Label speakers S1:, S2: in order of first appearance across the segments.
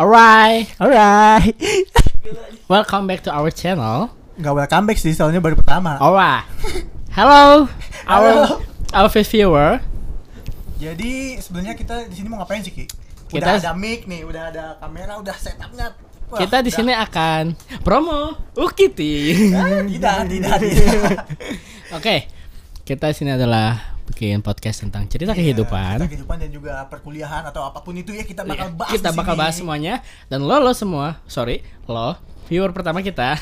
S1: Alright, alright. Welcome back to our channel.
S2: Gak welcome back sih, soalnya baru pertama.
S1: Alright. Hello, our
S2: Halo.
S1: our first viewer.
S2: Jadi sebenarnya kita di sini mau ngapain sih Ki?
S1: Kita-
S2: Udah ada mic nih, udah ada kamera, udah setupnya. Wah,
S1: Kita di
S2: udah.
S1: sini akan promo Ukiti.
S2: Ah, tidak, tidak, tidak.
S1: Oke, kita di sini adalah bikin podcast tentang cerita
S2: Iya,
S1: kehidupan.
S2: Kita kehidupan dan juga perkuliahan atau apapun itu ya kita bakal
S1: Iya,
S2: bahas.
S1: kita
S2: di
S1: bakal
S2: sini.
S1: bahas semuanya dan lo lo semua, sorry lo viewer pertama kita,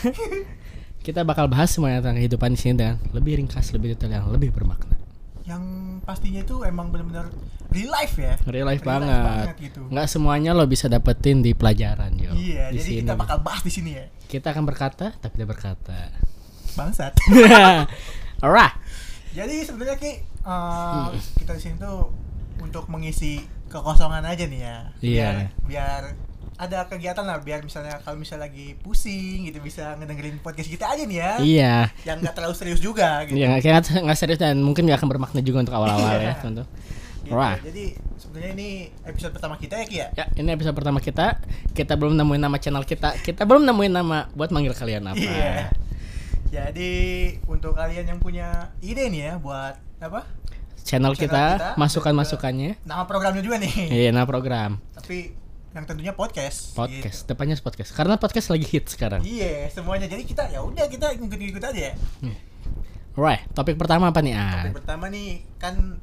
S1: kita bakal bahas semuanya tentang kehidupan di sini dan lebih ringkas, lebih detail, dan lebih bermakna.
S2: Yang pastinya itu emang benar-benar real life ya.
S1: Real life banget.
S2: gitu.
S1: Nggak semuanya lo bisa dapetin di pelajaran Jo.
S2: Iya,
S1: di
S2: jadi
S1: sini.
S2: kita bakal bahas di sini ya.
S1: Kita akan berkata tapi tidak berkata.
S2: Bangsat.
S1: Alright.
S2: jadi sebenarnya Ki, eh,
S1: Hmm.
S2: kita di sini tuh untuk mengisi kekosongan aja nih ya.
S1: Iya.
S2: Biar, biar ada kegiatan lah biar misalnya kalau misalnya lagi pusing gitu bisa ngedengerin podcast kita aja nih ya.
S1: Iya.
S2: Yang nggak terlalu serius juga gitu.
S1: Iya, kayak nggak- nggak serius dan mungkin nggak akan bermakna juga untuk awal-awal ya,
S2: Iya.
S1: teman-teman.
S2: Gitu.
S1: Alright.
S2: Jadi sebenarnya ini episode pertama kita ya Ki ya.
S1: Ya, ini episode pertama kita. Kita belum nemuin nama channel kita. Kita belum nemuin nama buat manggil kalian apa.
S2: Iya. Jadi untuk kalian yang punya ide nih ya buat apa?
S1: Channel,
S2: Channel
S1: kita,
S2: kita,
S1: masukan-masukannya.
S2: Nama programnya juga nih.
S1: Iya, nah program
S2: Tapi yang tentunya podcast.
S1: podcast.
S2: gitu.
S1: Depannya podcast. Karena podcast lagi hit sekarang.
S2: Iya, semuanya. Jadi kita ya udah kita ikut-ikut aja ya.
S1: Alright, topik pertama apa nih, An?
S2: Yang pertama nih kan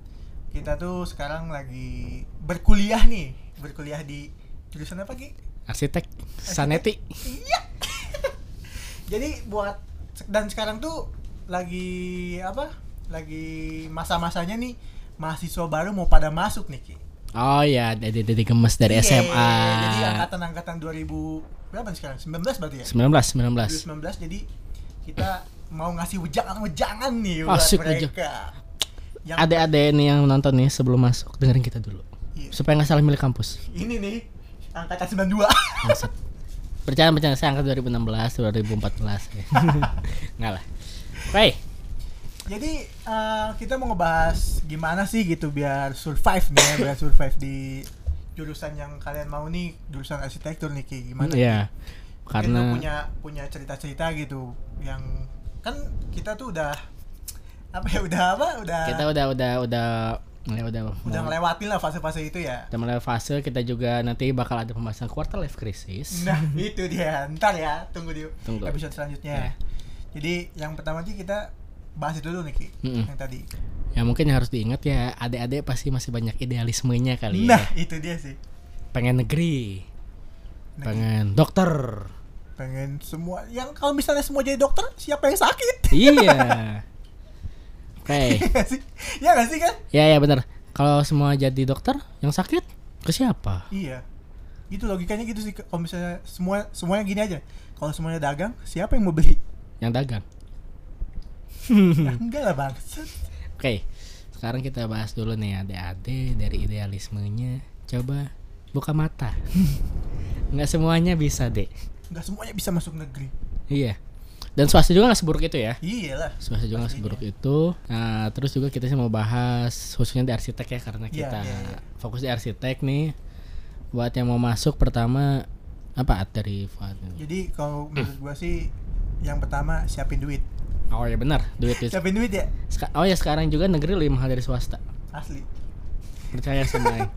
S2: kita tuh sekarang lagi berkuliah nih, berkuliah di jurusan apa Ki?
S1: Arsitek Saneti.
S2: Iya. Jadi buat dan sekarang tuh lagi apa? Lagi masa-masanya nih mahasiswa baru mau pada masuk nih Ki.
S1: Oh ya, Dede Dede Gemes dari
S2: Iya,
S1: SMA.
S2: Jadi angkatan-angkatan 2000 berapa nih sekarang? 19 berarti ya?
S1: 19 19.
S2: 2019 jadi kita mau ngasih wejangan-wejangan nih
S1: Asik
S2: buat
S1: aja.
S2: mereka. Yang
S1: Adik-adik nih yang nonton nih sebelum masuk dengerin kita dulu.
S2: Iya.
S1: Supaya nggak salah milih kampus.
S2: ini nih angkatan 92.
S1: Bangsat. Percaya percaya saya angkat 2016 2014 ya. Nggak lah. Oke.
S2: jadi eh, kita mau ngebahas gimana sih gitu biar survive nih ya, biar survive di jurusan yang kalian mau nih, jurusan arsitektur nih Ki. Gimana?
S1: Iya.
S2: Mungkin lu
S1: Karena
S2: punya punya cerita-cerita gitu yang kan kita tuh udah apa ya udah apa udah
S1: kita udah udah udah ya udah
S2: udah ngelewatin lah fase-fase itu ya.
S1: udah mulai fase kita juga nanti bakal ada pembahasan quarter life crisis.
S2: Nah, itu dia. Ntar ya, tunggu di
S1: Tunggu. Iya.
S2: episode selanjutnya. Jadi, yang pertama sih kita bahas itu dulu nih, Ki.
S1: Mm-mm.
S2: Yang tadi.
S1: Ya mungkin yang harus diingat ya, adik-adik pasti masih banyak idealismenya kali
S2: Nah,
S1: ya.
S2: itu dia sih.
S1: Pengen negeri,
S2: Nah,
S1: pengen dokter.
S2: pengen semua yang kalau misalnya semua jadi dokter, siapa yang sakit?
S1: Iya. Oke.
S2: Iya nggak sih? Iya nggak sih kan?
S1: Ya ya benar. Kalau semua jadi dokter, yang sakit ke siapa?
S2: Iya. Itu logikanya gitu sih. Kalau misalnya semua semuanya gini aja. Kalau semuanya dagang, siapa yang mau beli?
S1: Yang dagang.
S2: Ya, enggak lah, Bang.
S1: Oke. Sekarang kita bahas dulu nih adik-adik dari idealismenya. Coba buka mata. Nggak semuanya bisa, Dek.
S2: Enggak semuanya bisa masuk negeri.
S1: Iya.
S2: Iya
S1: Dan swasta juga nggak seburuk itu ya.
S2: Iyalah.
S1: Swasta juga nggak
S2: Pastinya.
S1: seburuk itu. Nah, terus juga kita sih mau bahas khususnya di arsitek ya karena
S2: Iya,
S1: kita
S2: iya, iya.
S1: fokus di arsitek nih. Buat yang mau masuk pertama apa Ad, dari Fuad?
S2: Jadi, kalau menurut gua sih yang pertama siapin duit.
S1: Oh ya benar, duit duit
S2: Siapin duit ya,
S1: Seka- oh ya sekarang juga negeri lebih mahal dari swasta.
S2: asli.
S1: Percaya sama Aing.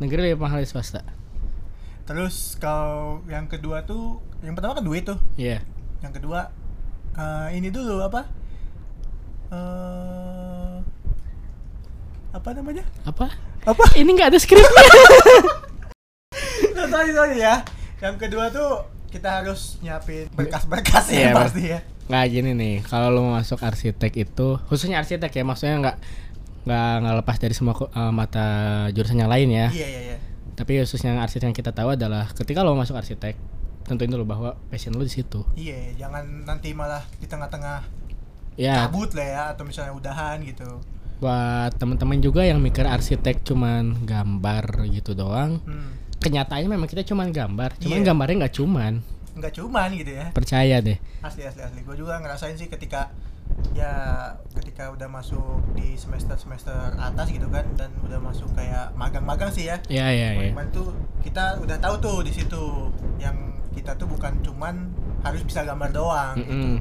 S1: Negeri lebih mahal dari swasta.
S2: Terus kalau yang kedua tuh, yang pertama kan duit tuh.
S1: Iya.
S2: Yang kedua eh, ini dulu apa? eh apa namanya?
S1: Apa?
S2: Apa?
S1: Ini nggak ada skripnya.
S2: sorry sorry ya. Yang kedua tuh kita harus nyiapin berkas-berkas
S1: Iya,
S2: ya
S1: Bang.
S2: pasti ya.
S1: nggak gini nih. Kalau lo mau masuk arsitek itu, khususnya arsitek ya, maksudnya nggak nggak nggak lepas dari semua ku- eh, mata jurusan yang lain ya.
S2: Iya iya iya.
S1: Tapi khususnya yang arsitek yang kita tahu adalah ketika lo mau masuk arsitek, tentuin dulu bahwa passion lo di situ.
S2: Iya, jangan nanti malah di tengah-tengah
S1: Ya,
S2: kabut lah ya atau misalnya udahan gitu.
S1: buat temen-temen juga yang mikir arsitek cuman gambar gitu doang.
S2: Hmm.
S1: Kenyataannya memang kita cuman gambar, cuman
S2: Iya.
S1: gambarnya nggak cuman.
S2: Enggak cuman gitu ya.
S1: percaya deh
S2: Asli asli asli. Gue juga ngerasain sih ketika ya ketika udah masuk di semester semester atas gitu kan dan udah masuk kayak magang-magang sih ya
S1: Iya, iya, iya.
S2: Cuman tuh kita udah tahu tuh di situ yang kita tuh bukan cuman harus bisa gambar doang.
S1: Mm-mm.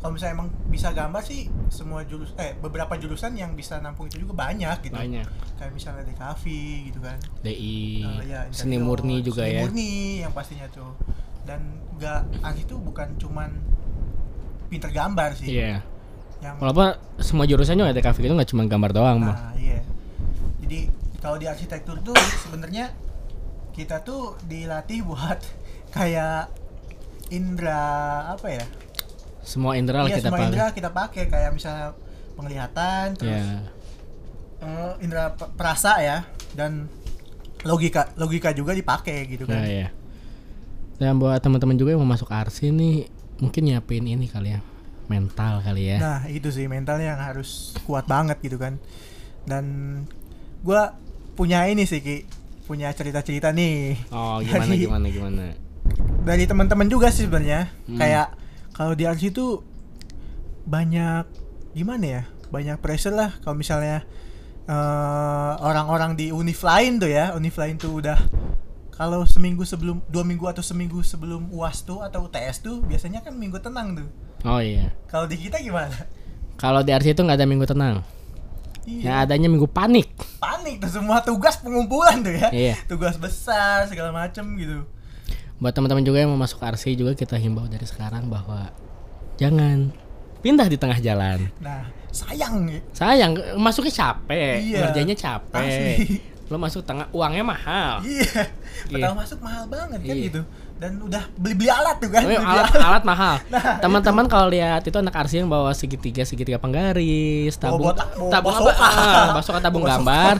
S2: Kalau misalnya emang bisa gambar sih semua jurus eh beberapa jurusan yang bisa nampung itu juga banyak gitu.
S1: Banyak.
S2: Kayak misalnya di kafe gitu kan.
S1: DI,
S2: Eh, ya,
S1: seni
S2: interior,
S1: murni juga
S2: seni
S1: ya.
S2: Murni yang pastinya tuh. Dan nggak Aki tuh bukan cuman pinter gambar sih.
S1: Iya.
S2: Yang
S1: Walaupun semua jurusannya ada kafe itu nggak cuma gambar doang mah.
S2: Nah, iya. Jadi kalau di arsitektur tuh sebenarnya kita tuh dilatih buat kayak indra apa ya?
S1: Semua indera lah
S2: Iya,
S1: Nah, kita
S2: semua
S1: pakai.
S2: indra kita pakai kayak misalnya penglihatan, terus
S1: Ya.
S2: eh, indra pe- perasa ya dan logika logika juga dipakai gitu
S1: Nah,
S2: kan.
S1: ya. Dan buat teman-teman juga yang mau masuk arsi nih, mungkin nyiapin ini kali ya, mental kali ya.
S2: Nah, itu sih mentalnya yang harus kuat banget gitu kan. Dan gua punya ini sih Ki, punya cerita-cerita nih.
S1: Oh, gimana
S2: Jadi-
S1: gimana gimana.
S2: dari teman-teman juga sih sebenarnya
S1: Hmm.
S2: kayak kalau di RC itu banyak gimana ya banyak pressure lah kalau misalnya eh, orang-orang di univ lain tuh ya univ lain tuh udah kalau seminggu sebelum dua minggu atau seminggu sebelum uas tuh atau UTS tuh biasanya kan minggu tenang tuh
S1: Oh iya.
S2: kalau di kita gimana
S1: Kalau di arsi itu nggak ada minggu tenang. Yang
S2: iya
S1: adanya minggu panik.
S2: panik tuh semua tugas pengumpulan tuh ya
S1: Iya.
S2: tugas besar segala macem gitu
S1: Buat teman-teman juga yang mau masuk arsi juga kita himbau dari sekarang bahwa jangan pindah di tengah jalan.
S2: nah sayang ya
S1: Sayang, masuknya capek,
S2: Iya.
S1: kerjanya capek.
S2: Asli.
S1: Lo masuk tengah uangnya mahal.
S2: Iya. Pertama masuk mahal banget kan gitu. Dan udah beli-beli alat tuh kan.
S1: Oh, iya,
S2: beli-beli
S1: alat
S2: alat.
S1: alat mahal.
S2: Nah,
S1: Teman-teman kalau lihat itu anak arsi yang bawa segitiga segitiga penggaris, tabung
S2: botak- bawa
S1: tabung apa?
S2: basoka.
S1: Ah, basoka tabung
S2: Bawa basoka.
S1: gambar.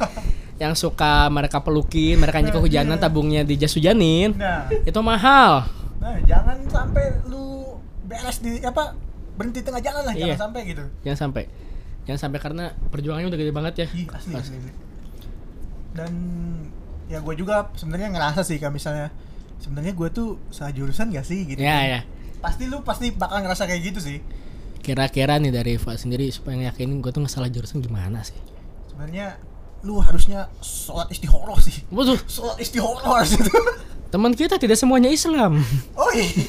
S1: Yang suka mereka pelukin, mereka nyek kehujanan tabungnya dijas hujanin.
S2: iya. Nah,
S1: Itu mahal.
S2: nah, jangan sampai lu beres di apa berhenti tengah jalan lah
S1: Iya.
S2: jangan sampai gitu.
S1: Jangan sampai. Jangan sampai karena perjuangannya udah gede banget ya.
S2: Ih, asli, asli. asli. Dan ya gue juga sebenarnya ngerasa sih kayak misalnya sebenarnya gue tuh salah jurusan gak sih gitu.
S1: Ya ya.
S2: Pasti lu pasti bakal ngerasa kayak gitu sih.
S1: Kira-kira nih dari Fa sendiri supaya ngeyakinin gue tuh ngesalah jurusan gimana sih?
S2: Sebenarnya lu harusnya sholat istihoroh sih.
S1: Waduh,
S2: Sholat istihoroh harus itu.
S1: teman kita tidak semuanya Islam.
S2: Oh iya.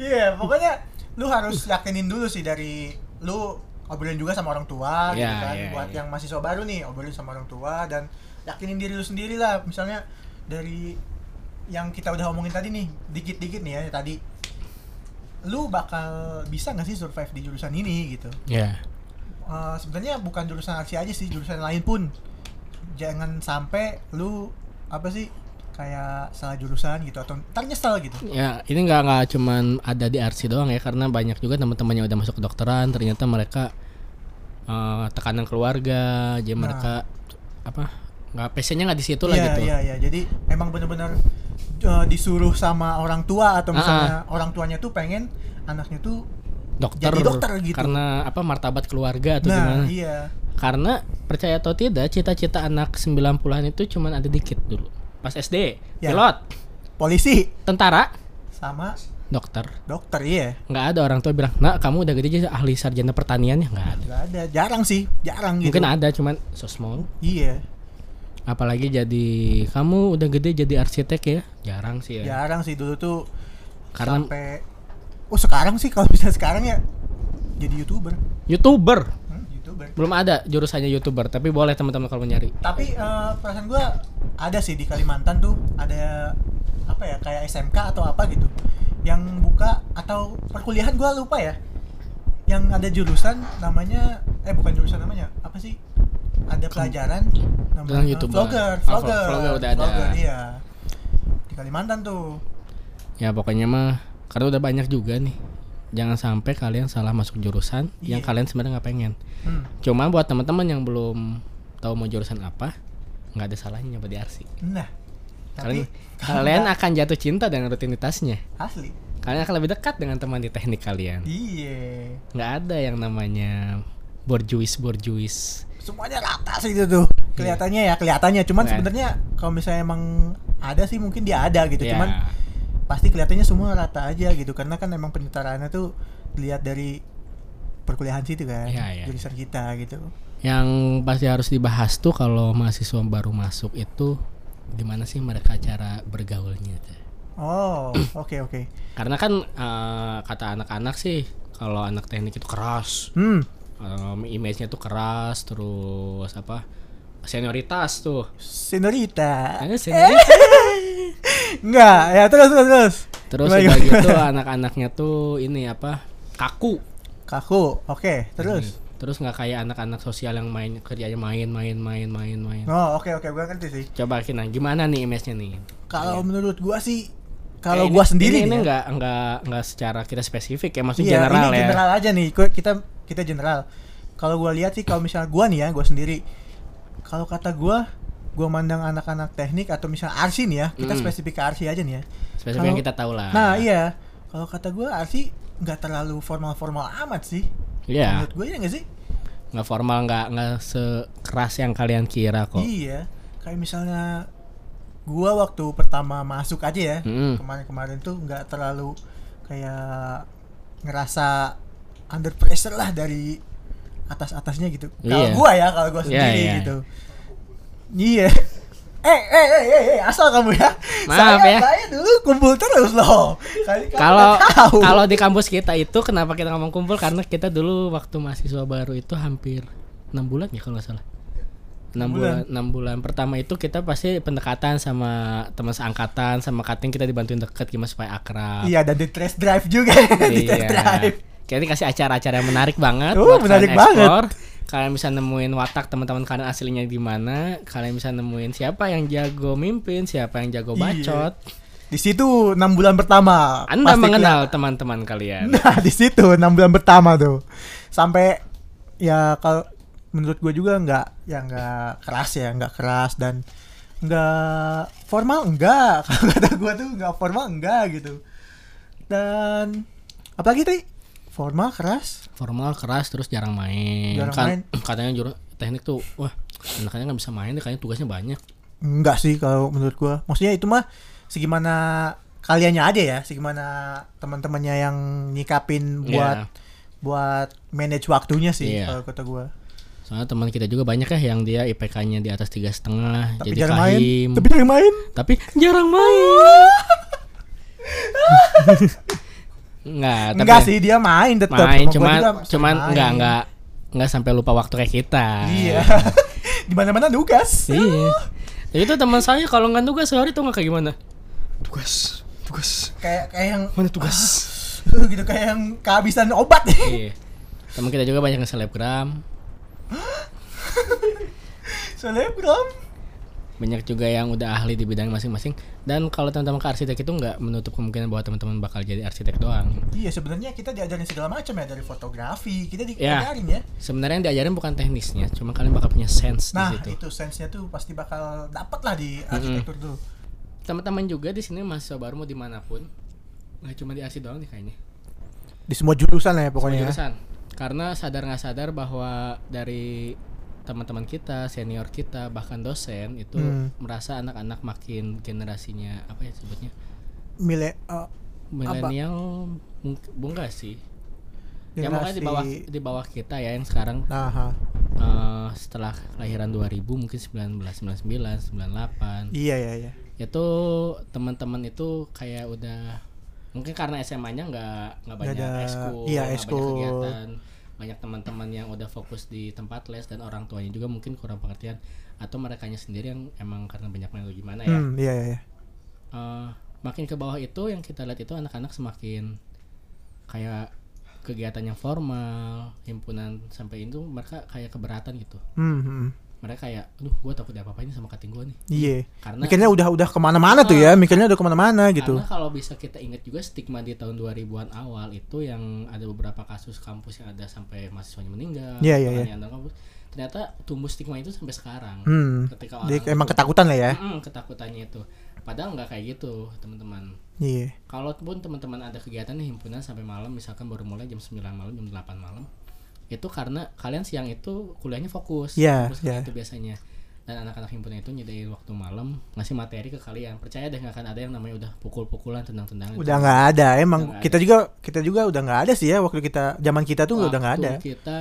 S2: Iya, pokoknya lu harus yakinin dulu sih dari lu obrolin juga sama orang tua gitu
S1: Iya,
S2: kan.
S1: iya,
S2: Buat
S1: iya.
S2: yang mahasiswa baru nih, obrolin sama orang tua dan yakinin diri lu sendiri lah. Misalnya dari yang kita udah omongin tadi nih, dikit-dikit nih ya tadi. Lu bakal bisa nggak sih survive di jurusan ini gitu?
S1: Ya.
S2: Eh, sebenarnya bukan jurusan arsi aja sih jurusan lain pun jangan sampai lu apa sih kayak salah jurusan gitu atau ntar nyesel gitu
S1: Ya, ini nggak nggak cuman ada di RC doang ya, karena banyak juga teman-teman yang udah masuk kedokteran, ternyata mereka eh, tekanan keluarga, jadi
S2: Nah.
S1: mereka apa nggak PC-nya nggak di situ lah
S2: Iya,
S1: gitu.
S2: Iya, iya. Jadi emang bener-bener eh, disuruh sama orang tua
S1: Ah,
S2: atau misalnya orang tuanya tuh pengen anaknya tuh
S1: Dokter,
S2: Jadi dokter gitu.
S1: karena apa martabat keluarga atau
S2: nah,
S1: gimana?
S2: iya.
S1: Karena percaya atau tidak, cita-cita anak 90-an itu cuman ada dikit dulu. Pas SD,
S2: Ya.
S1: pilot,
S2: Polisi
S1: tentara,
S2: sama
S1: dokter.
S2: dokter iya.
S1: Nggak ada orang tua bilang, "Nak, kamu udah gede jadi ahli sarjana pertanian ya?" Nggak ada.
S2: Gak ada, jarang sih, jarang gitu.
S1: Mungkin ada cuman so small.
S2: Iya,
S1: apalagi jadi kamu udah gede jadi arsitek ya jarang sih ya
S2: jarang sih dulu tuh
S1: karena
S2: sampai Oh, sekarang sih kalau bisa sekarang ya jadi YouTuber.
S1: youtuber
S2: Hmm, YouTuber.
S1: belum ada jurusannya youtuber tapi boleh teman-teman kalau mau nyari
S2: Tapi eh, perasaan gua ada sih di Kalimantan tuh ada apa ya kayak SMK atau apa gitu yang buka atau perkuliahan gua lupa ya yang ada jurusan namanya eh bukan jurusan namanya apa sih ada pelajaran
S1: Tentang YouTuber.
S2: vlogger
S1: Ah, vlog-
S2: vlogger
S1: vlogger udah ada.
S2: vlogger, iya di Kalimantan tuh
S1: ya pokoknya mah karena udah banyak juga nih jangan sampai kalian salah masuk jurusan yang
S2: Iya.
S1: kalian sebenarnya nggak pengen
S2: hmm.
S1: cuma buat teman-teman yang belum tahu mau jurusan apa nggak ada salahnya nyoba di arsi
S2: nah tapi
S1: kalian kalian akan jatuh cinta dengan rutinitasnya
S2: asli
S1: kalian akan lebih dekat dengan teman di teknik kalian
S2: iya
S1: nggak ada yang namanya borjuis borjuis
S2: semuanya rata sih itu tuh
S1: Iya.
S2: kelihatannya ya kelihatannya cuman
S1: Nah.
S2: sebenarnya kalau misalnya emang ada sih mungkin dia ada gitu
S1: Ya.
S2: cuman pasti kelihatannya semua rata aja gitu karena kan emang penyetaraannya tuh dilihat dari perkuliahan situ kan
S1: Iya, iya,
S2: jurusan kita gitu
S1: Yang pasti harus dibahas tuh kalau mahasiswa baru masuk itu gimana sih mereka cara bergaulnya tuh.
S2: oh oke oke
S1: Karena kan eh, kata anak-anak sih kalau anak teknik itu keras,
S2: hmm
S1: Em, image-nya tuh keras, terus apa senioritas tuh.
S2: senorita
S1: Eh, senioritas.
S2: enggak ya terus terus terus
S1: Terus
S2: Gimana,
S1: udah
S2: Eh? gimana?
S1: gitu anak-anaknya tuh ini apa kaku.
S2: kaku oke terus
S1: Hmm. Terus nggak kayak anak-anak sosial yang main kerjanya main main main main main.
S2: oh oke oke gua ngerti sih
S1: Coba Kinan, gimana nih image-nya nih?
S2: kalau menurut gua
S1: Iya.
S2: sih
S1: Eh,
S2: kalau
S1: ini-
S2: gua sendiri
S1: ini, ini
S2: nih ya,
S1: nggak nggak nggak secara kita spesifik ya maksudnya
S2: Iya,
S1: general
S2: ini
S1: ya.
S2: general aja nih. Gua- Kita kita general. Kalau gua lihat sih kalau misalnya gua nih ya, gua sendiri. Kalau kata gua, gua mandang anak-anak teknik atau misalnya Arsi nih ya, kita
S1: Mm.
S2: spesifik ke Arsi aja nih ya.
S1: Spesifik yang
S2: Kalau-
S1: kita tahu lah.
S2: Nah, iya. Kalau kata gua Arsi nggak terlalu formal-formal amat sih.
S1: Iya,
S2: Menurut gua ya nggak sih?
S1: nggak formal, nggak nggak sekeras yang kalian kira kok.
S2: Iya. Kayak misalnya gua waktu pertama masuk aja ya,
S1: Mm-mm.
S2: kemarin-kemarin tuh nggak terlalu kayak ngerasa under pressure lah dari atas-atasnya gitu. Kalau
S1: Iya.
S2: gua ya, kalau gua
S1: Iya,
S2: sendiri
S1: iya.
S2: gitu. Iya. Eh, eh, eh, eh, eh, asal kamu ya.
S1: Maaf ya.
S2: saya, Saya dulu kumpul terus loh. Kali kamu
S1: Kalau
S2: nggak tahu.
S1: kalau di kampus kita itu kenapa kita ngomong kumpul karena kita dulu waktu mahasiswa baru itu hampir enam bulan ya kalau nggak salah. 6 bulan.
S2: Bulan.
S1: enam bulan pertama itu kita pasti pendekatan sama teman seangkatan sama kating kita dibantuin deket gimana supaya akrab. Iya.
S2: Iya, dan di test drive juga. ya. di test Iya, drive.
S1: Kita dikasih acara-acara yang menarik banget.
S2: Uh,
S1: buat
S2: menarik
S1: kalian
S2: banget.
S1: explore. Kalian bisa nemuin watak teman-teman kalian aslinya di mana. Kalian bisa nemuin siapa yang jago mimpin, siapa yang jago
S2: Iya.
S1: bacot.
S2: Di situ 6 bulan pertama.
S1: Anda
S2: pasti
S1: mengenal teman-teman kalian.
S2: Nah di situ enam bulan pertama tuh sampai ya kalau menurut gue juga nggak ya nggak keras ya nggak keras dan nggak formal enggak kalau kata gue tuh nggak formal enggak gitu dan apalagi tadi formal keras
S1: Formal, keras, terus jarang main.
S2: Jarang
S1: Kan-
S2: main.
S1: Katanya juru teknik tuh, wah, anaknya nggak bisa main, deh, kayaknya tugasnya banyak.
S2: enggak sih kalau menurut gue maksudnya itu mah segimana kaliannya aja ya segimana teman-temannya yang nyikapin buat buat manage waktunya sih
S1: Iya.
S2: kalau kata gue
S1: Soalnya teman kita juga banyak ya yang dia IPK-nya di atas tiga setengah,
S2: tapi
S1: jadi
S2: jarang
S1: kahim.
S2: main tapi jarang main
S1: tapi jarang main. Enggak, tapi
S2: Enggak sih dia main tetap.
S1: main cuman cuman enggak enggak enggak sampai lupa waktu kayak kita.
S2: Iya. Di mana-mana nugas.
S1: Iya. Ya itu teman saya kalau nggak tugas sehari tuh nggak kayak gimana? Tugas, tugas,
S2: Kayak kayak yang
S1: mana tugas?
S2: "Huh," gitu kayak yang kehabisan obat.
S1: iya. Teman kita juga banyak yang selebgram,
S2: Selebgram.
S1: banyak juga yang udah ahli di bidang masing-masing. Dan kalau teman-teman ke arsitek itu nggak menutup kemungkinan bahwa teman-teman bakal jadi arsitek doang.
S2: Iya sebenarnya kita diajarin segala macam ya dari fotografi kita
S1: Ya.
S2: diajarin ya.
S1: Sebenarnya yang diajarin bukan teknisnya, cuma kalian bakal punya sense
S2: Nah
S1: di situ.
S2: itu sense-nya tuh pasti bakal dapet lah di arsitektur tuh.
S1: Teman-teman juga di sini mahasiswa baru mau dimanapun, nggak cuma di arsitek doang nih kayaknya.
S2: Di semua jurusan lah ya
S1: jurusan. Karena sadar nggak sadar bahwa dari teman-teman kita, senior kita, bahkan dosen itu
S2: Hmm.
S1: merasa anak-anak makin generasinya apa ya sebutnya
S2: Milih eh,
S1: milenial mung- bunga sih. Ya makanya di
S2: generasi-
S1: bawah di bawah kita ya yang sekarang
S2: Nah, ha.
S1: eh, setelah kelahiran 2000 mungkin 1999, 98
S2: iya iya iya.
S1: itu teman-teman itu kayak udah mungkin karena SMA-nya nggak nggak
S2: Nggak
S1: banyak
S2: ada-
S1: ekskul,
S2: iya,
S1: nggak
S2: ekskul.
S1: banyak kegiatan, banyak teman-teman yang udah fokus di tempat les dan orang tuanya juga mungkin kurang pengertian atau merekanya sendiri yang emang karena banyak main atau gimana ya.
S2: Hmm, iya iya iya.
S1: Eh, makin ke bawah itu yang kita lihat itu anak-anak semakin kayak kegiatan yang formal, himpunan sampai itu mereka kayak keberatan gitu.
S2: Hmm, hmm.
S1: Mereka kayak, aduh gue takut diapa-apain sama kating gue nih.
S2: Iya.
S1: Karena
S2: Mikirnya udah udah kemana-mana tuh
S1: Ah.
S2: ya, mikirnya udah kemana-mana gitu.
S1: Karena kalau bisa kita ingat juga stigma di tahun 2000-an awal itu yang ada beberapa kasus kampus yang ada sampai mahasiswanya meninggal,
S2: Iya, iya,
S1: bahkan
S2: iya.
S1: yang dalam kampus. Ternyata tumbuh stigma itu sampai sekarang.
S2: Hmm.
S1: Ketika orang
S2: Dia emang ketakutan lah ya.
S1: Mm-mm, ketakutannya itu. Padahal nggak kayak gitu, teman-teman.
S2: Iya.
S1: Kalaupun teman-teman ada kegiatan nih, himpunan sampai malam misalkan baru mulai jam 9 malam, jam 8 malam. Itu karena kalian siang itu kuliahnya fokus,
S2: Iya,
S1: fokus ke
S2: iya.
S1: itu biasanya. Dan dan anak-anak himpunan itu nyediain waktu malam ngasih materi ke kalian percaya deh nggak akan ada yang namanya udah pukul-pukulan tendang-tendangan
S2: udah nggak ada emang
S1: Udah nggak
S2: kita juga kita juga udah nggak ada sih ya waktu kita zaman kita tuh udah nggak ada
S1: Waktu kita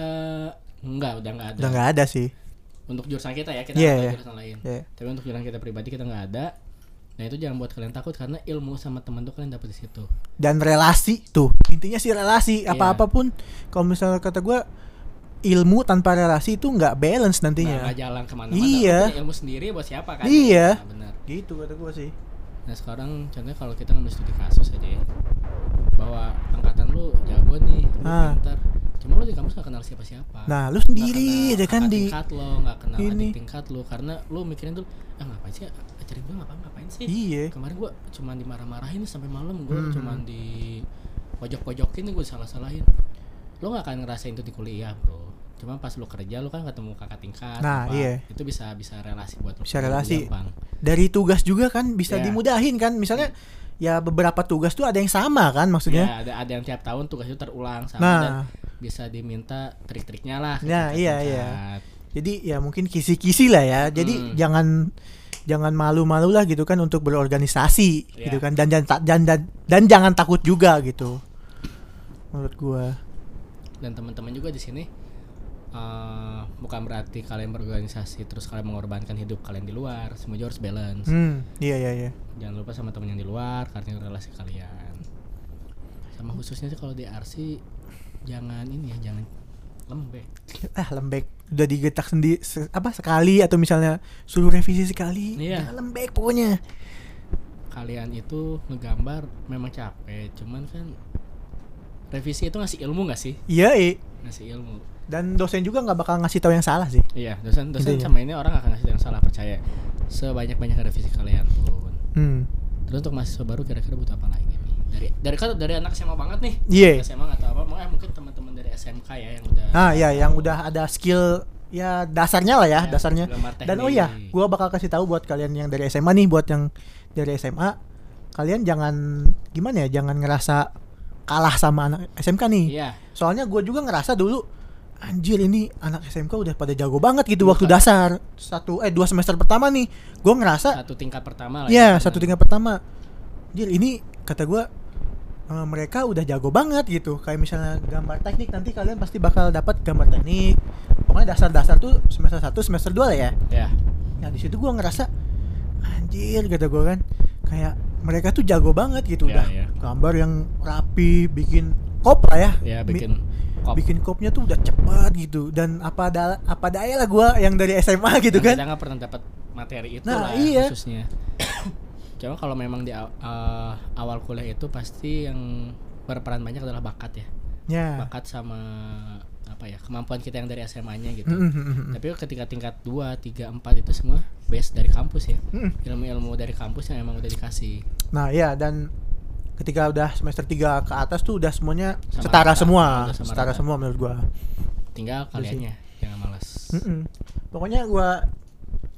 S1: nggak udah nggak ada
S2: udah nggak ada sih
S1: untuk jurusan kita ya kita
S2: Iya,
S1: nggak tahu
S2: iya.
S1: jurusan lain
S2: Iya.
S1: tapi untuk jurusan kita pribadi kita nggak ada nah itu jangan buat kalian takut karena ilmu sama teman tuh kalian dapat di situ
S2: dan relasi tuh intinya sih relasi
S1: Iya.
S2: apa apapun kalau misalnya kata gua ilmu tanpa relasi itu nggak balance
S1: nah,
S2: nantinya
S1: nggak jalan kemana-mana
S2: Iya.
S1: Lu punya ilmu sendiri buat siapa kan
S2: Iya.
S1: nah, benar
S2: gitu kata gua sih
S1: Nah sekarang contohnya kalau kita ngambil studi kasus aja ya Bahwa angkatan lu jago nih, lu
S2: Ah.
S1: pintar Cuma lu di kampus gak kenal siapa-siapa
S2: nah lu
S1: Nggak
S2: sendiri
S1: kenal
S2: aja kan
S1: kakak
S2: di
S1: tingkat lo, gak kenal
S2: ini.
S1: adik tingkat lo Karena lu mikirin tuh, ah ngapain sih, ajarin gue ngapain, ngapain sih
S2: iya
S1: Kemarin gua cuman dimarah-marahin sampai malam gua
S2: Hmm.
S1: cuman di pojok-pojokin gue salah-salahin Lo gak akan ngerasain itu di kuliah bro Cuma pas lu kerja lu kan ketemu kakak tingkat
S2: Nah,
S1: apa,
S2: iya.
S1: Itu bisa bisa relasi buat lu
S2: Bisa
S1: lebih
S2: relasi.
S1: gampang.
S2: dari tugas juga kan bisa
S1: Iya.
S2: dimudahin kan misalnya ya beberapa tugas tuh ada yang sama kan maksudnya
S1: Ya, ada ada yang tiap tahun tugasnya terulang sama dan
S2: nah
S1: bisa diminta trik-triknya lah. ke
S2: Nah,
S1: tingkat-
S2: iya, iya.
S1: tingkat.
S2: jadi ya mungkin kisi-kisi lah ya jadi
S1: Hmm.
S2: jangan jangan malu-malu lah gitu kan untuk berorganisasi
S1: Iya.
S2: gitu kan dan jangan ta- dan, dan dan jangan takut juga gitu menurut gua
S1: Dan teman-teman juga di sini eh, bukan berarti kalian berorganisasi terus kalian mengorbankan hidup kalian di luar. Semua juga harus balance.
S2: hmm iya iya iya
S1: Jangan lupa sama teman yang di luar karena relasi kalian. Sama khususnya sih kalau di RC jangan ini ya, jangan lembek.
S2: ah lembek udah digetak sendiri se- apa sekali atau misalnya suruh revisi sekali
S1: Iya.
S2: udah lembek pokoknya
S1: Kalian itu ngegambar memang capek, cuman kan revisi itu ngasih ilmu nggak sih?
S2: iya iya.
S1: Ngasih ilmu.
S2: dan dosen juga nggak bakal ngasih tahu yang salah sih
S1: Iya, dosen dosen
S2: Intinya.
S1: sama ini orang akan ngasih yang salah percaya. Sebanyak banyak revisi kalian pun.
S2: hmm
S1: Terus untuk mahasiswa baru kira-kira butuh apa lagi nih? Dari dari kan dari anak SMA banget nih.
S2: Iya.
S1: SMA nggak tahu apa, eh, mungkin teman-teman dari SMK ya yang udah.
S2: ah ya yang udah ada skill ya dasarnya lah ya
S1: Ya,
S2: dasarnya
S1: gambar teknik.
S2: dan oh ya gua bakal kasih tahu buat kalian yang dari SMA nih buat yang dari SMA kalian jangan gimana ya jangan ngerasa kalah sama anak SMK nih
S1: Iya.
S2: soalnya gua juga ngerasa dulu anjir ini anak SMK udah pada jago banget gitu
S1: Dua
S2: waktu
S1: kali.
S2: dasar satu eh dua semester pertama nih gua ngerasa
S1: Satu tingkat pertama lah.
S2: Ya,
S1: karena-
S2: satu tingkat pertama. Jil, ini kata gua eh, mereka udah jago banget gitu. Kayak misalnya gambar teknik nanti kalian pasti bakal dapat gambar teknik. Pokoknya dasar-dasar tuh semester 1, semester 2 lah ya.
S1: Ya.
S2: Nah, di situ gua ngerasa anjir kata gua kan kayak mereka tuh jago banget gitu
S1: Ya,
S2: udah.
S1: ya.
S2: Gambar yang rapi, bikin kop lah ya.
S1: Ya
S2: Mi-
S1: bikin kop.
S2: bikin kopnya tuh udah cepet gitu dan apa ada apa daya lah gua yang dari SMA gitu
S1: Yang
S2: kan.
S1: Kita nggak pernah dapat materi itu lah
S2: Nah, iya.
S1: khususnya. Cuma kalau memang di aw- eh, awal kuliah itu pasti yang berperan banyak adalah bakat ya.
S2: Ya.
S1: bakat sama apa ya kemampuan kita yang dari SMA-nya gitu.
S2: Mm, mm, mm, mm.
S1: Tapi ketika tingkat 2, 3, 4 itu semua base dari kampus ya.
S2: Mm.
S1: Ilmu-ilmu dari kampus yang emang udah dikasih.
S2: Nah iya dan ketika udah semester 3 ke atas tuh udah semuanya
S1: Sama
S2: setara
S1: rata,
S2: semua,
S1: udah sama
S2: setara
S1: rata.
S2: semua menurut gua.
S1: Tinggal
S2: Iya
S1: kaliannya jangan malas.
S2: Mm-mm. Pokoknya gua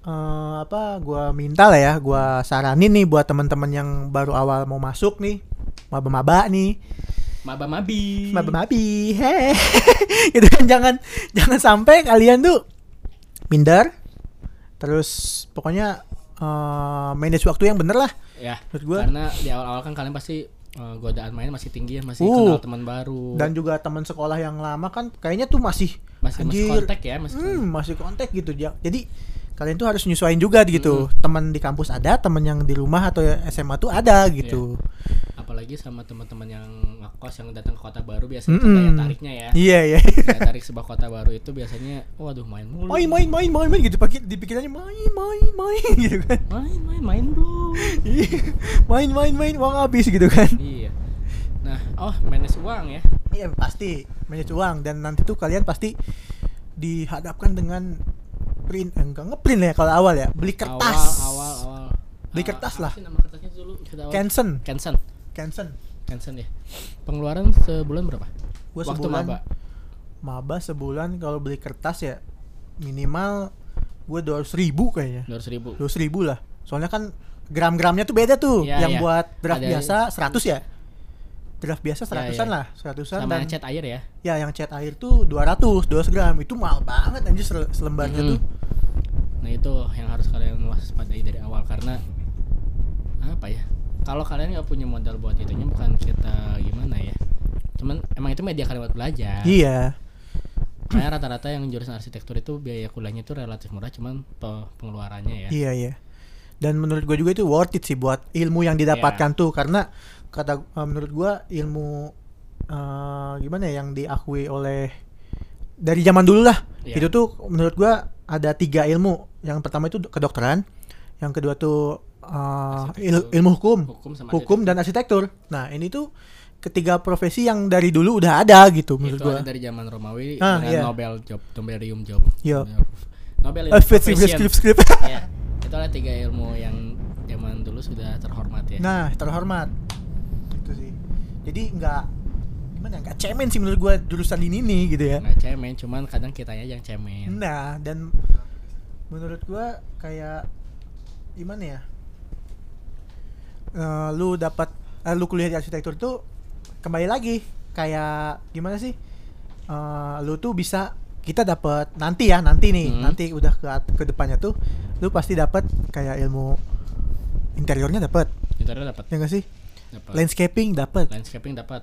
S2: eh, apa gua minta lah ya, gua saranin nih buat teman-teman yang baru awal mau masuk nih, maba-maba nih,
S1: Maba-mabi.
S2: maba-mabi. Heh. gitu kan jangan jangan sampai kalian tuh minder terus pokoknya eh, manage waktu yang bener lah
S1: Ya.
S2: menurut gua.
S1: Karena di awal-awal kan kalian pasti eh, godaan main masih tinggi ya, masih
S2: Uh.
S1: kenal teman baru.
S2: dan juga teman sekolah yang lama kan kayaknya tuh masih
S1: masih masih
S2: anjir,
S1: kontak ya, masih
S2: hmm, masih kontak gitu Ja- jadi kalian tuh harus nyesuaiin juga gitu
S1: Hmm.
S2: teman di kampus ada teman yang di rumah atau ya SMA tuh ada gitu
S1: apalagi sama teman-teman yang ngekos yang datang ke kota baru biasanya
S2: Mm-mm.
S1: daya tariknya ya.
S2: Mm. iya iya
S1: Daya tarik sebuah kota baru itu biasanya waduh main mulu.
S2: main main main main main gitu pakai di pikirannya main main main gitu kan
S1: main main main belum
S2: main main main uang habis gitu kan
S1: iya nah oh manage uang ya
S2: iya pasti manage uang dan nanti tuh kalian pasti dihadapkan dengan print eh, enggak ngeprint lah ya kalau awal ya beli kertas
S1: awal awal awal Ah,
S2: Beli kertas
S1: apa
S2: lah.
S1: sih nama kertasnya dulu kita awal
S2: Canson
S1: Canson
S2: Canson
S1: Canson ya pengeluaran sebulan berapa
S2: Gua
S1: waktu
S2: sebulan-
S1: maba
S2: maba sebulan kalau beli kertas ya minimal gue dua ribu kayaknya
S1: dua ribu
S2: dua ribu lah soalnya kan gram-gramnya tuh beda tuh
S1: Iya,
S2: yang
S1: iya.
S2: buat draft
S1: Ada-
S2: biasa 100 ya draft biasa
S1: Iya, iya.
S2: 100an lah 100an
S1: sama
S2: dan
S1: yang cat air ya
S2: ya yang cat air tuh 200 200 gram itu mahal banget anjir sel- selembarnya
S1: Mm.
S2: tuh
S1: Nah itu yang harus kalian waspadai dari awal karena apa ya? Kalau kalian nggak punya modal buat itunya bukan kita gimana ya? Cuman emang itu media kalian buat belajar.
S2: Iya.
S1: Karena rata-rata yang jurusan arsitektur itu biaya kuliahnya itu relatif murah, cuman pe- pengeluarannya ya.
S2: Iya iya. Dan menurut gue juga itu worth it sih buat ilmu yang
S1: Iya.
S2: didapatkan tuh karena kata eh, menurut gue ilmu eh, gimana ya yang diakui oleh dari zaman dulu lah
S1: Iya.
S2: itu tuh menurut gue ada tiga ilmu yang pertama itu kedokteran yang kedua tuh eh, il-
S1: Arsitektur.
S2: ilmu hukum
S1: Hukum sama
S2: hukum dan arsitektur nah ini tuh ketiga profesi yang dari dulu udah ada gitu menurut
S1: itu
S2: gue
S1: ada dari zaman Romawi
S2: Ah,
S1: dengan
S2: iya.
S1: Nobel job, Nobelium job.
S2: Iya.
S1: Nobel
S2: Eh, script, script,
S1: profession.
S2: script, script.
S1: Iya. Itu ada tiga ilmu yang zaman dulu sudah terhormat ya.
S2: Nah, terhormat. Gitu sih. Jadi nggak gimana ya, nggak cemen sih menurut gua jurusan ini nih gitu ya.
S1: nggak Nah, cemen cuman kadang kitanya yang cemen
S2: Nah, dan menurut gua kayak gimana ya? Eh, lu dapat eh, lu kuliah di arsitektur tuh kembali lagi kayak gimana sih? Eh, lu tuh bisa kita dapat nanti ya nanti nih
S1: Hmm.
S2: nanti udah ke ke depannya tuh lu pasti dapat kayak ilmu interiornya dapat
S1: itu ada dapat
S2: ya nggak sih
S1: dapat
S2: landscaping dapat
S1: landscaping dapat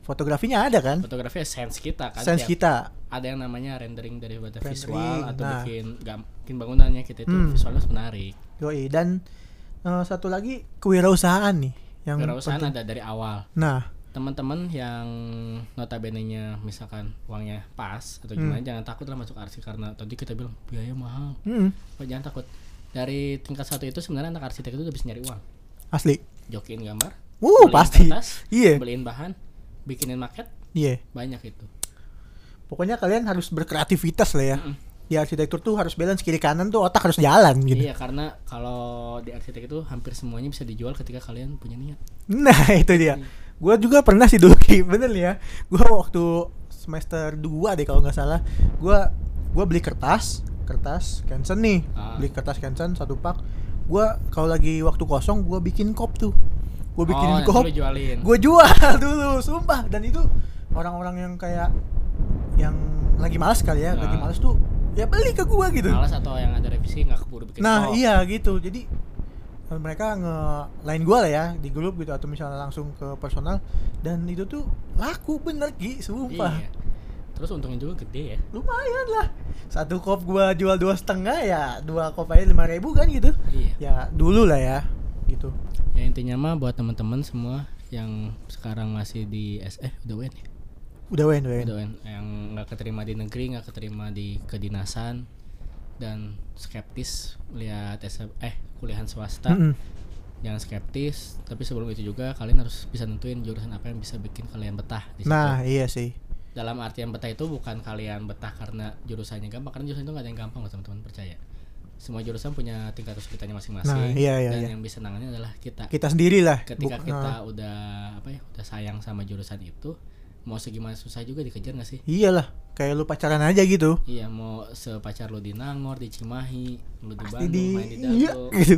S2: fotografinya ada kan
S1: fotografi ya sense kita kan
S2: sense
S1: tiap-
S2: kita
S1: ada yang namanya rendering dari daripada
S2: Rendering,
S1: visual atau
S2: nah.
S1: bikin gam- bikin bangunannya kita itu
S2: Hmm.
S1: visualnya harus menarik
S2: yoi dan eh, satu lagi kewirausahaan nih yang
S1: kewirausahaan
S2: penting.
S1: ada dari awal
S2: nah
S1: teman-teman yang notabene-nya misalkan uangnya pas atau
S2: Hmm.
S1: gimana jangan takut lah masuk arsi karena tadi kita bilang biaya mahal
S2: mm,
S1: Pak, jangan takut dari tingkat satu itu sebenarnya anak arsitek itu udah bisa nyari uang
S2: asli
S1: jokiin gambar beliin
S2: Wuh, pasti.
S1: kertas,
S2: Iya.
S1: beliin bahan bikinin maket
S2: iya
S1: banyak itu
S2: pokoknya kalian harus berkreativitas lah ya
S1: Mm-mm.
S2: di arsitektur tuh harus balance kiri kanan tuh otak harus jalan gitu
S1: Iya karena kalau di arsitek itu hampir semuanya bisa dijual ketika kalian punya niat.
S2: nah itu dia gue juga pernah sih dulu Ki, bener nih ya gue waktu semester 2 deh kalau nggak salah gue gua beli kertas kertas Kensen nih
S1: Ah.
S2: beli kertas Kensen satu pak gue kalau lagi waktu kosong gue bikin kop tuh gue bikinin
S1: nanti lu
S2: kop
S1: Oh, jualin.
S2: gue jual dulu sumpah dan itu orang-orang yang kayak yang lagi malas kali ya
S1: Nah.
S2: lagi malas tuh ya beli ke gue gitu
S1: Malas atau yang ada revisi nggak keburu bikin.
S2: nah
S1: kok.
S2: iya gitu jadi eh, mereka nge lain gue lah ya di grup gitu atau misalnya langsung ke personal dan itu tuh laku bener Gi sumpah
S1: Iya. Terus untungnya juga gede ya.
S2: lumayan lah satu kop gua jual dua setengah ya dua kop aja lima ribu kan gitu
S1: Iya.
S2: ya dulu lah ya gitu
S1: Ya intinya mah buat teman-teman semua yang sekarang masih di SF udah UN ya.
S2: udah wen wen
S1: Udah UN yang nggak keterima di negeri, nggak keterima di kedinasan dan skeptis melihat SF eh kuliahan swasta.
S2: Mm-mm.
S1: Jangan skeptis, tapi sebelum itu juga kalian harus bisa nentuin jurusan apa yang bisa bikin kalian betah di situ.
S2: nah iya sih
S1: dalam artian betah itu bukan kalian betah karena jurusannya gampang karena jurusan itu nggak ada yang gampang loh teman-teman percaya semua jurusan punya tingkat kesulitannya masing-masing
S2: Nah, iya, iya,
S1: dan
S2: iya.
S1: yang bisa nangani adalah kita
S2: kita sendiri lah
S1: ketika
S2: Buk-
S1: kita
S2: nah,
S1: udah apa ya udah sayang sama jurusan itu mau segimana susah juga dikejar nggak sih
S2: iyalah iya kayak lu pacaran aja gitu
S1: iya mau sepacar lu di Nangor di Cimahi lu di
S2: pasti
S1: Bandung
S2: di
S1: main di
S2: iya
S1: Dago
S2: gitu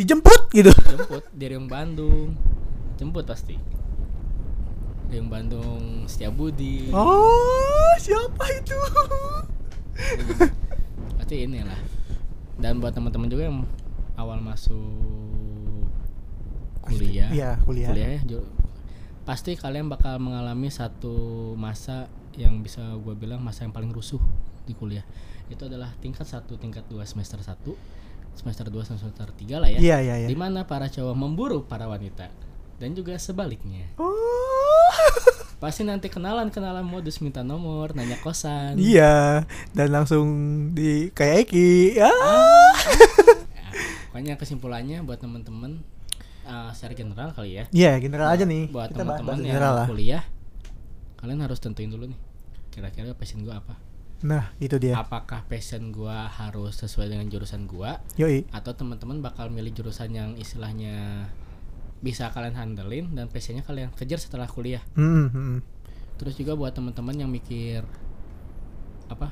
S2: dijemput gitu
S1: jemput dari yang Bandung jemput pasti dari yang Bandung Setiabudi
S2: oh siapa itu
S1: pasti inilah dan buat teman-teman juga yang awal masuk kuliah
S2: iya kuliah,
S1: kuliah ya ju- pasti kalian bakal mengalami satu masa yang bisa gue bilang masa yang paling rusuh di kuliah itu adalah tingkat satu tingkat dua semester 1 semester 2 semester 3 lah ya
S2: iya iya iya
S1: di mana para cowok memburu para wanita dan juga sebaliknya
S2: oh
S1: pasti nanti kenalan kenalan modus minta nomor nanya kosan
S2: iya dan langsung di kayak Eki ya
S1: Ah. Pokoknya kesimpulannya buat temen-temen eh, secara general kali ya.
S2: iya general aja nih
S1: Buat
S2: kita bahas
S1: teman-teman
S2: bahas
S1: yang
S2: general lah
S1: kuliah, kalian harus tentuin dulu nih. Kira-kira passion gua apa?
S2: nah itu dia
S1: Apakah passion gua harus sesuai dengan jurusan gua
S2: yoi
S1: atau teman-teman bakal milih jurusan yang istilahnya bisa kalian handelin dan passionnya kalian kejar setelah kuliah.
S2: Mm, mm, mm.
S1: Terus juga buat teman-teman yang mikir apa?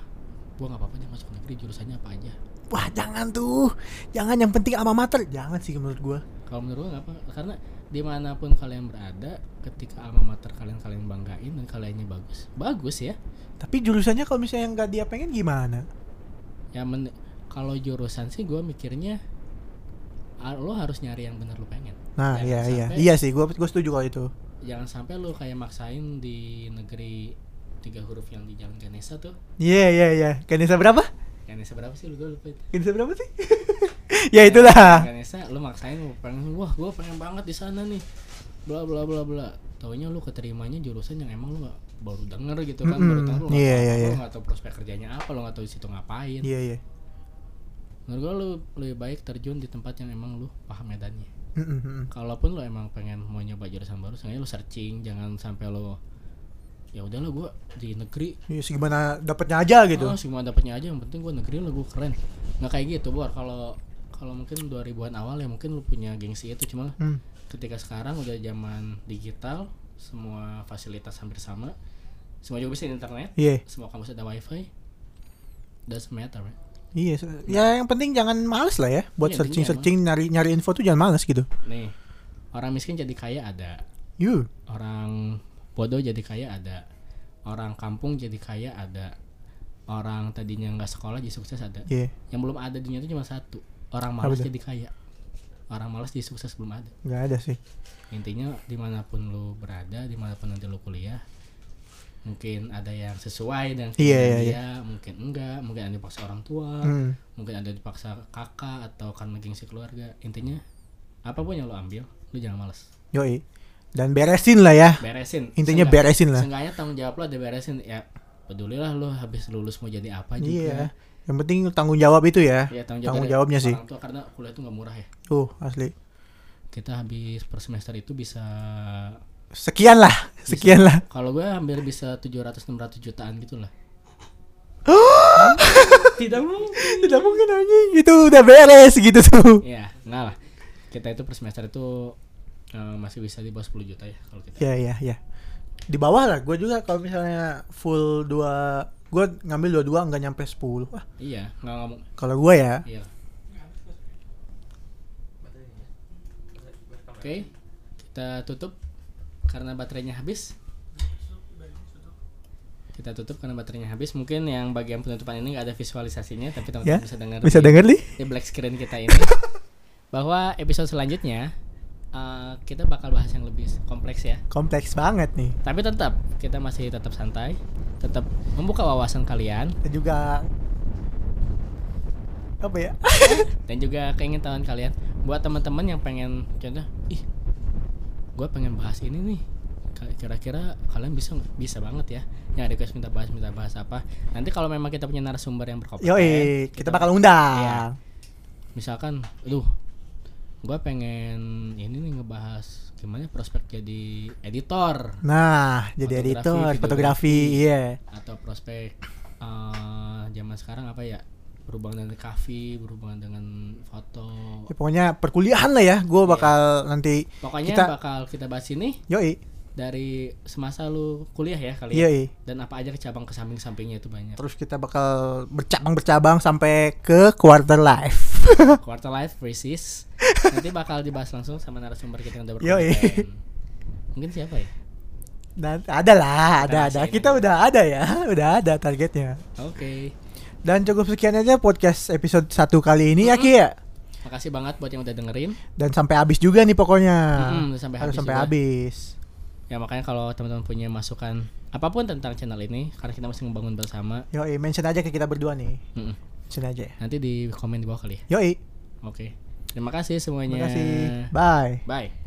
S1: Gua nggak apa-apa deh masuk negeri jurusannya apa aja.
S2: wah jangan tuh jangan yang penting ama mater jangan sih menurut gua
S1: kalau menurut gue nggak apa karena dimanapun kalian berada ketika alma mater kalian kalian banggain dan kaliannya bagus bagus ya
S2: tapi jurusannya kalau misalnya nggak dia pengen gimana
S1: ya men- kalau jurusan sih gue mikirnya ah, lo harus nyari yang bener lo pengen
S2: Nah,
S1: Jangan
S2: iya iya.
S1: sampai-
S2: Iya sih, gua gua setuju kalau itu.
S1: jangan sampai lo kayak maksain di negeri tiga huruf yang di jalan Ganesha tuh
S2: Iya iya iya. Ganesha berapa?
S1: Ganesha berapa sih lo gue lupa itu
S2: Ganesha berapa sih? ya itulah.
S1: Ganesha lo maksain lo pengen wah gue pengen banget di sana nih bla bla bla bla taunya lo keterimanya jurusan yang emang lo gak baru denger gitu kan baru
S2: Mm-mm.
S1: tahu lo nggak
S2: Iya,
S1: tahu
S2: iya,
S1: apa, lo
S2: iya.
S1: nggak tahu prospek kerjanya apa lo nggak tahu di situ ngapain
S2: Iya iya.
S1: menurut gue lo lebih baik terjun di tempat yang emang lo paham medannya
S2: Mm, mm, mm.
S1: kalaupun lo emang pengen mau nyoba jurusan baru sengaja lo searching jangan sampai lo ya udah lo gue di negeri
S2: Iya sih gimana dapatnya aja gitu.
S1: ah, semua dapatnya aja yang penting gue negeri lo gue keren nggak kayak gitu bor kalau kalau mungkin 2000-an awal ya mungkin lo punya gengsi itu cuma
S2: Hmm.
S1: ketika sekarang udah zaman digital semua fasilitas hampir sama semua juga bisa di internet
S2: Iya.
S1: semua kampus ada wifi doesn't matter right?
S2: Iya. se- Ya yang penting jangan males lah ya buat
S1: Iya, intinya
S2: searching-searching nyari nyari info tuh jangan males gitu.
S1: nih orang miskin jadi kaya ada
S2: Yuh.
S1: orang bodoh jadi kaya ada orang kampung jadi kaya ada orang tadinya nggak sekolah jadi sukses ada
S2: Iya.
S1: yang belum ada di dunia itu cuma satu orang
S2: Apa
S1: malas
S2: tuh?
S1: jadi kaya orang malas jadi sukses belum ada
S2: nggak ada sih.
S1: intinya dimanapun lu berada dimanapun nanti lu kuliah mungkin ada yang sesuai dengan
S2: Iya,
S1: keinginan
S2: iya,
S1: dia
S2: iya.
S1: mungkin enggak mungkin ada yang dipaksa orang tua
S2: Hmm.
S1: mungkin ada yang dipaksa kakak atau karena gengsi keluarga intinya apapun yang lu ambil lu jangan malas
S2: Yoi. Dan beresin lah ya.
S1: beresin
S2: Intinya
S1: Seenggak-
S2: beresin lah.
S1: Seenggaknya tanggung jawab lo ada beresin ya pedulilah lo habis lulus mau jadi apa juga
S2: Iya. Yang penting tanggung jawab itu ya.
S1: ya tanggung,
S2: Tanggung
S1: dari
S2: jawabnya sih.
S1: orang tua karena kuliah itu nggak murah ya
S2: Tuh, asli.
S1: kita habis per semester itu bisa
S2: Sekian lah.
S1: Iya.
S2: Sekian lah.
S1: kalau gue hampir bisa 700-600 jutaan gitu lah tidak mungkin
S2: Tidak mungkin anjing. Itu udah beres gitu tuh.
S1: ya nggak lah kita itu per semester itu eh, masih bisa di bawah 10 juta ya kalau kita
S2: Ya ya ya. Di bawah lah. Gue juga kalau misalnya full dua, gue ngambil dua-dua nggak nyampe 10 Ah,
S1: iya nggak ngomong
S2: kalau gue ya,
S1: iya oke kita tutup karena baterainya habis kita tutup karena baterainya habis mungkin yang bagian penutupan ini nggak ada visualisasinya tapi teman-teman
S2: Ya,
S1: Iya, bisa dengar
S2: bisa
S1: di-
S2: denger nih?
S1: di black screen kita ini bahwa episode selanjutnya eh, kita bakal bahas yang lebih kompleks ya.
S2: Kompleks banget nih.
S1: Tapi tetap kita masih tetap santai, tetap membuka wawasan kalian
S2: Dan juga apa ya?
S1: dan juga keingintahuan kalian. Buat teman-teman yang pengen contoh, ih, gue pengen bahas ini nih. Ka- Kira-kira kalian bisa nggak? bisa banget ya. Yang request minta bahas minta bahas apa. Nanti kalau memang kita punya narasumber yang berkompeten,
S2: Yoi, kita bakal
S1: Iya.
S2: undang.
S1: misalkan aduh gue pengen ini nih ngebahas gimana prospek jadi editor
S2: Nah, jadi
S1: Fotografi,
S2: editor,
S1: videografi.
S2: fotografi, iya.
S1: atau prospek eh, zaman sekarang apa ya berhubungan dengan kafe berhubungan dengan foto
S2: Ya, pokoknya perkuliahan lah ya. Gue bakal nanti
S1: Iya. pokoknya Iya.
S2: Kita-
S1: bakal kita bahas ini
S2: yoi,
S1: dari semasa lu kuliah ya kali ya
S2: yoi.
S1: dan apa aja cabang ke samping sampingnya itu banyak
S2: Terus kita bakal bercabang-bercabang sampai ke quarter life.
S1: quarter life crisis nanti bakal dibahas langsung sama narasumber kita yang udah
S2: Yoi.
S1: berkompeten mungkin siapa ya
S2: Dan ada lah,
S1: Kita
S2: ada ada.
S1: rahasiain
S2: Kita
S1: aja.
S2: udah ada ya, udah ada targetnya.
S1: oke
S2: Dan cukup sekian aja podcast episode 1 kali ini ya Ki ya.
S1: makasih banget buat yang udah dengerin
S2: Dan sampai habis juga nih pokoknya.
S1: Mm-mm, sampai habis
S2: Harus sampai
S1: juga.
S2: habis.
S1: Ya makanya kalau teman-teman punya masukan apapun tentang channel ini karena kita masih ngebangun bersama.
S2: Yoi, mention aja ke kita berdua nih.
S1: mm-mm.
S2: Mention aja ya.
S1: Nanti di komen di bawah kali ya.
S2: Yoi,
S1: Oke. Terima kasih semuanya.
S2: terima kasih. Bye.
S1: Bye.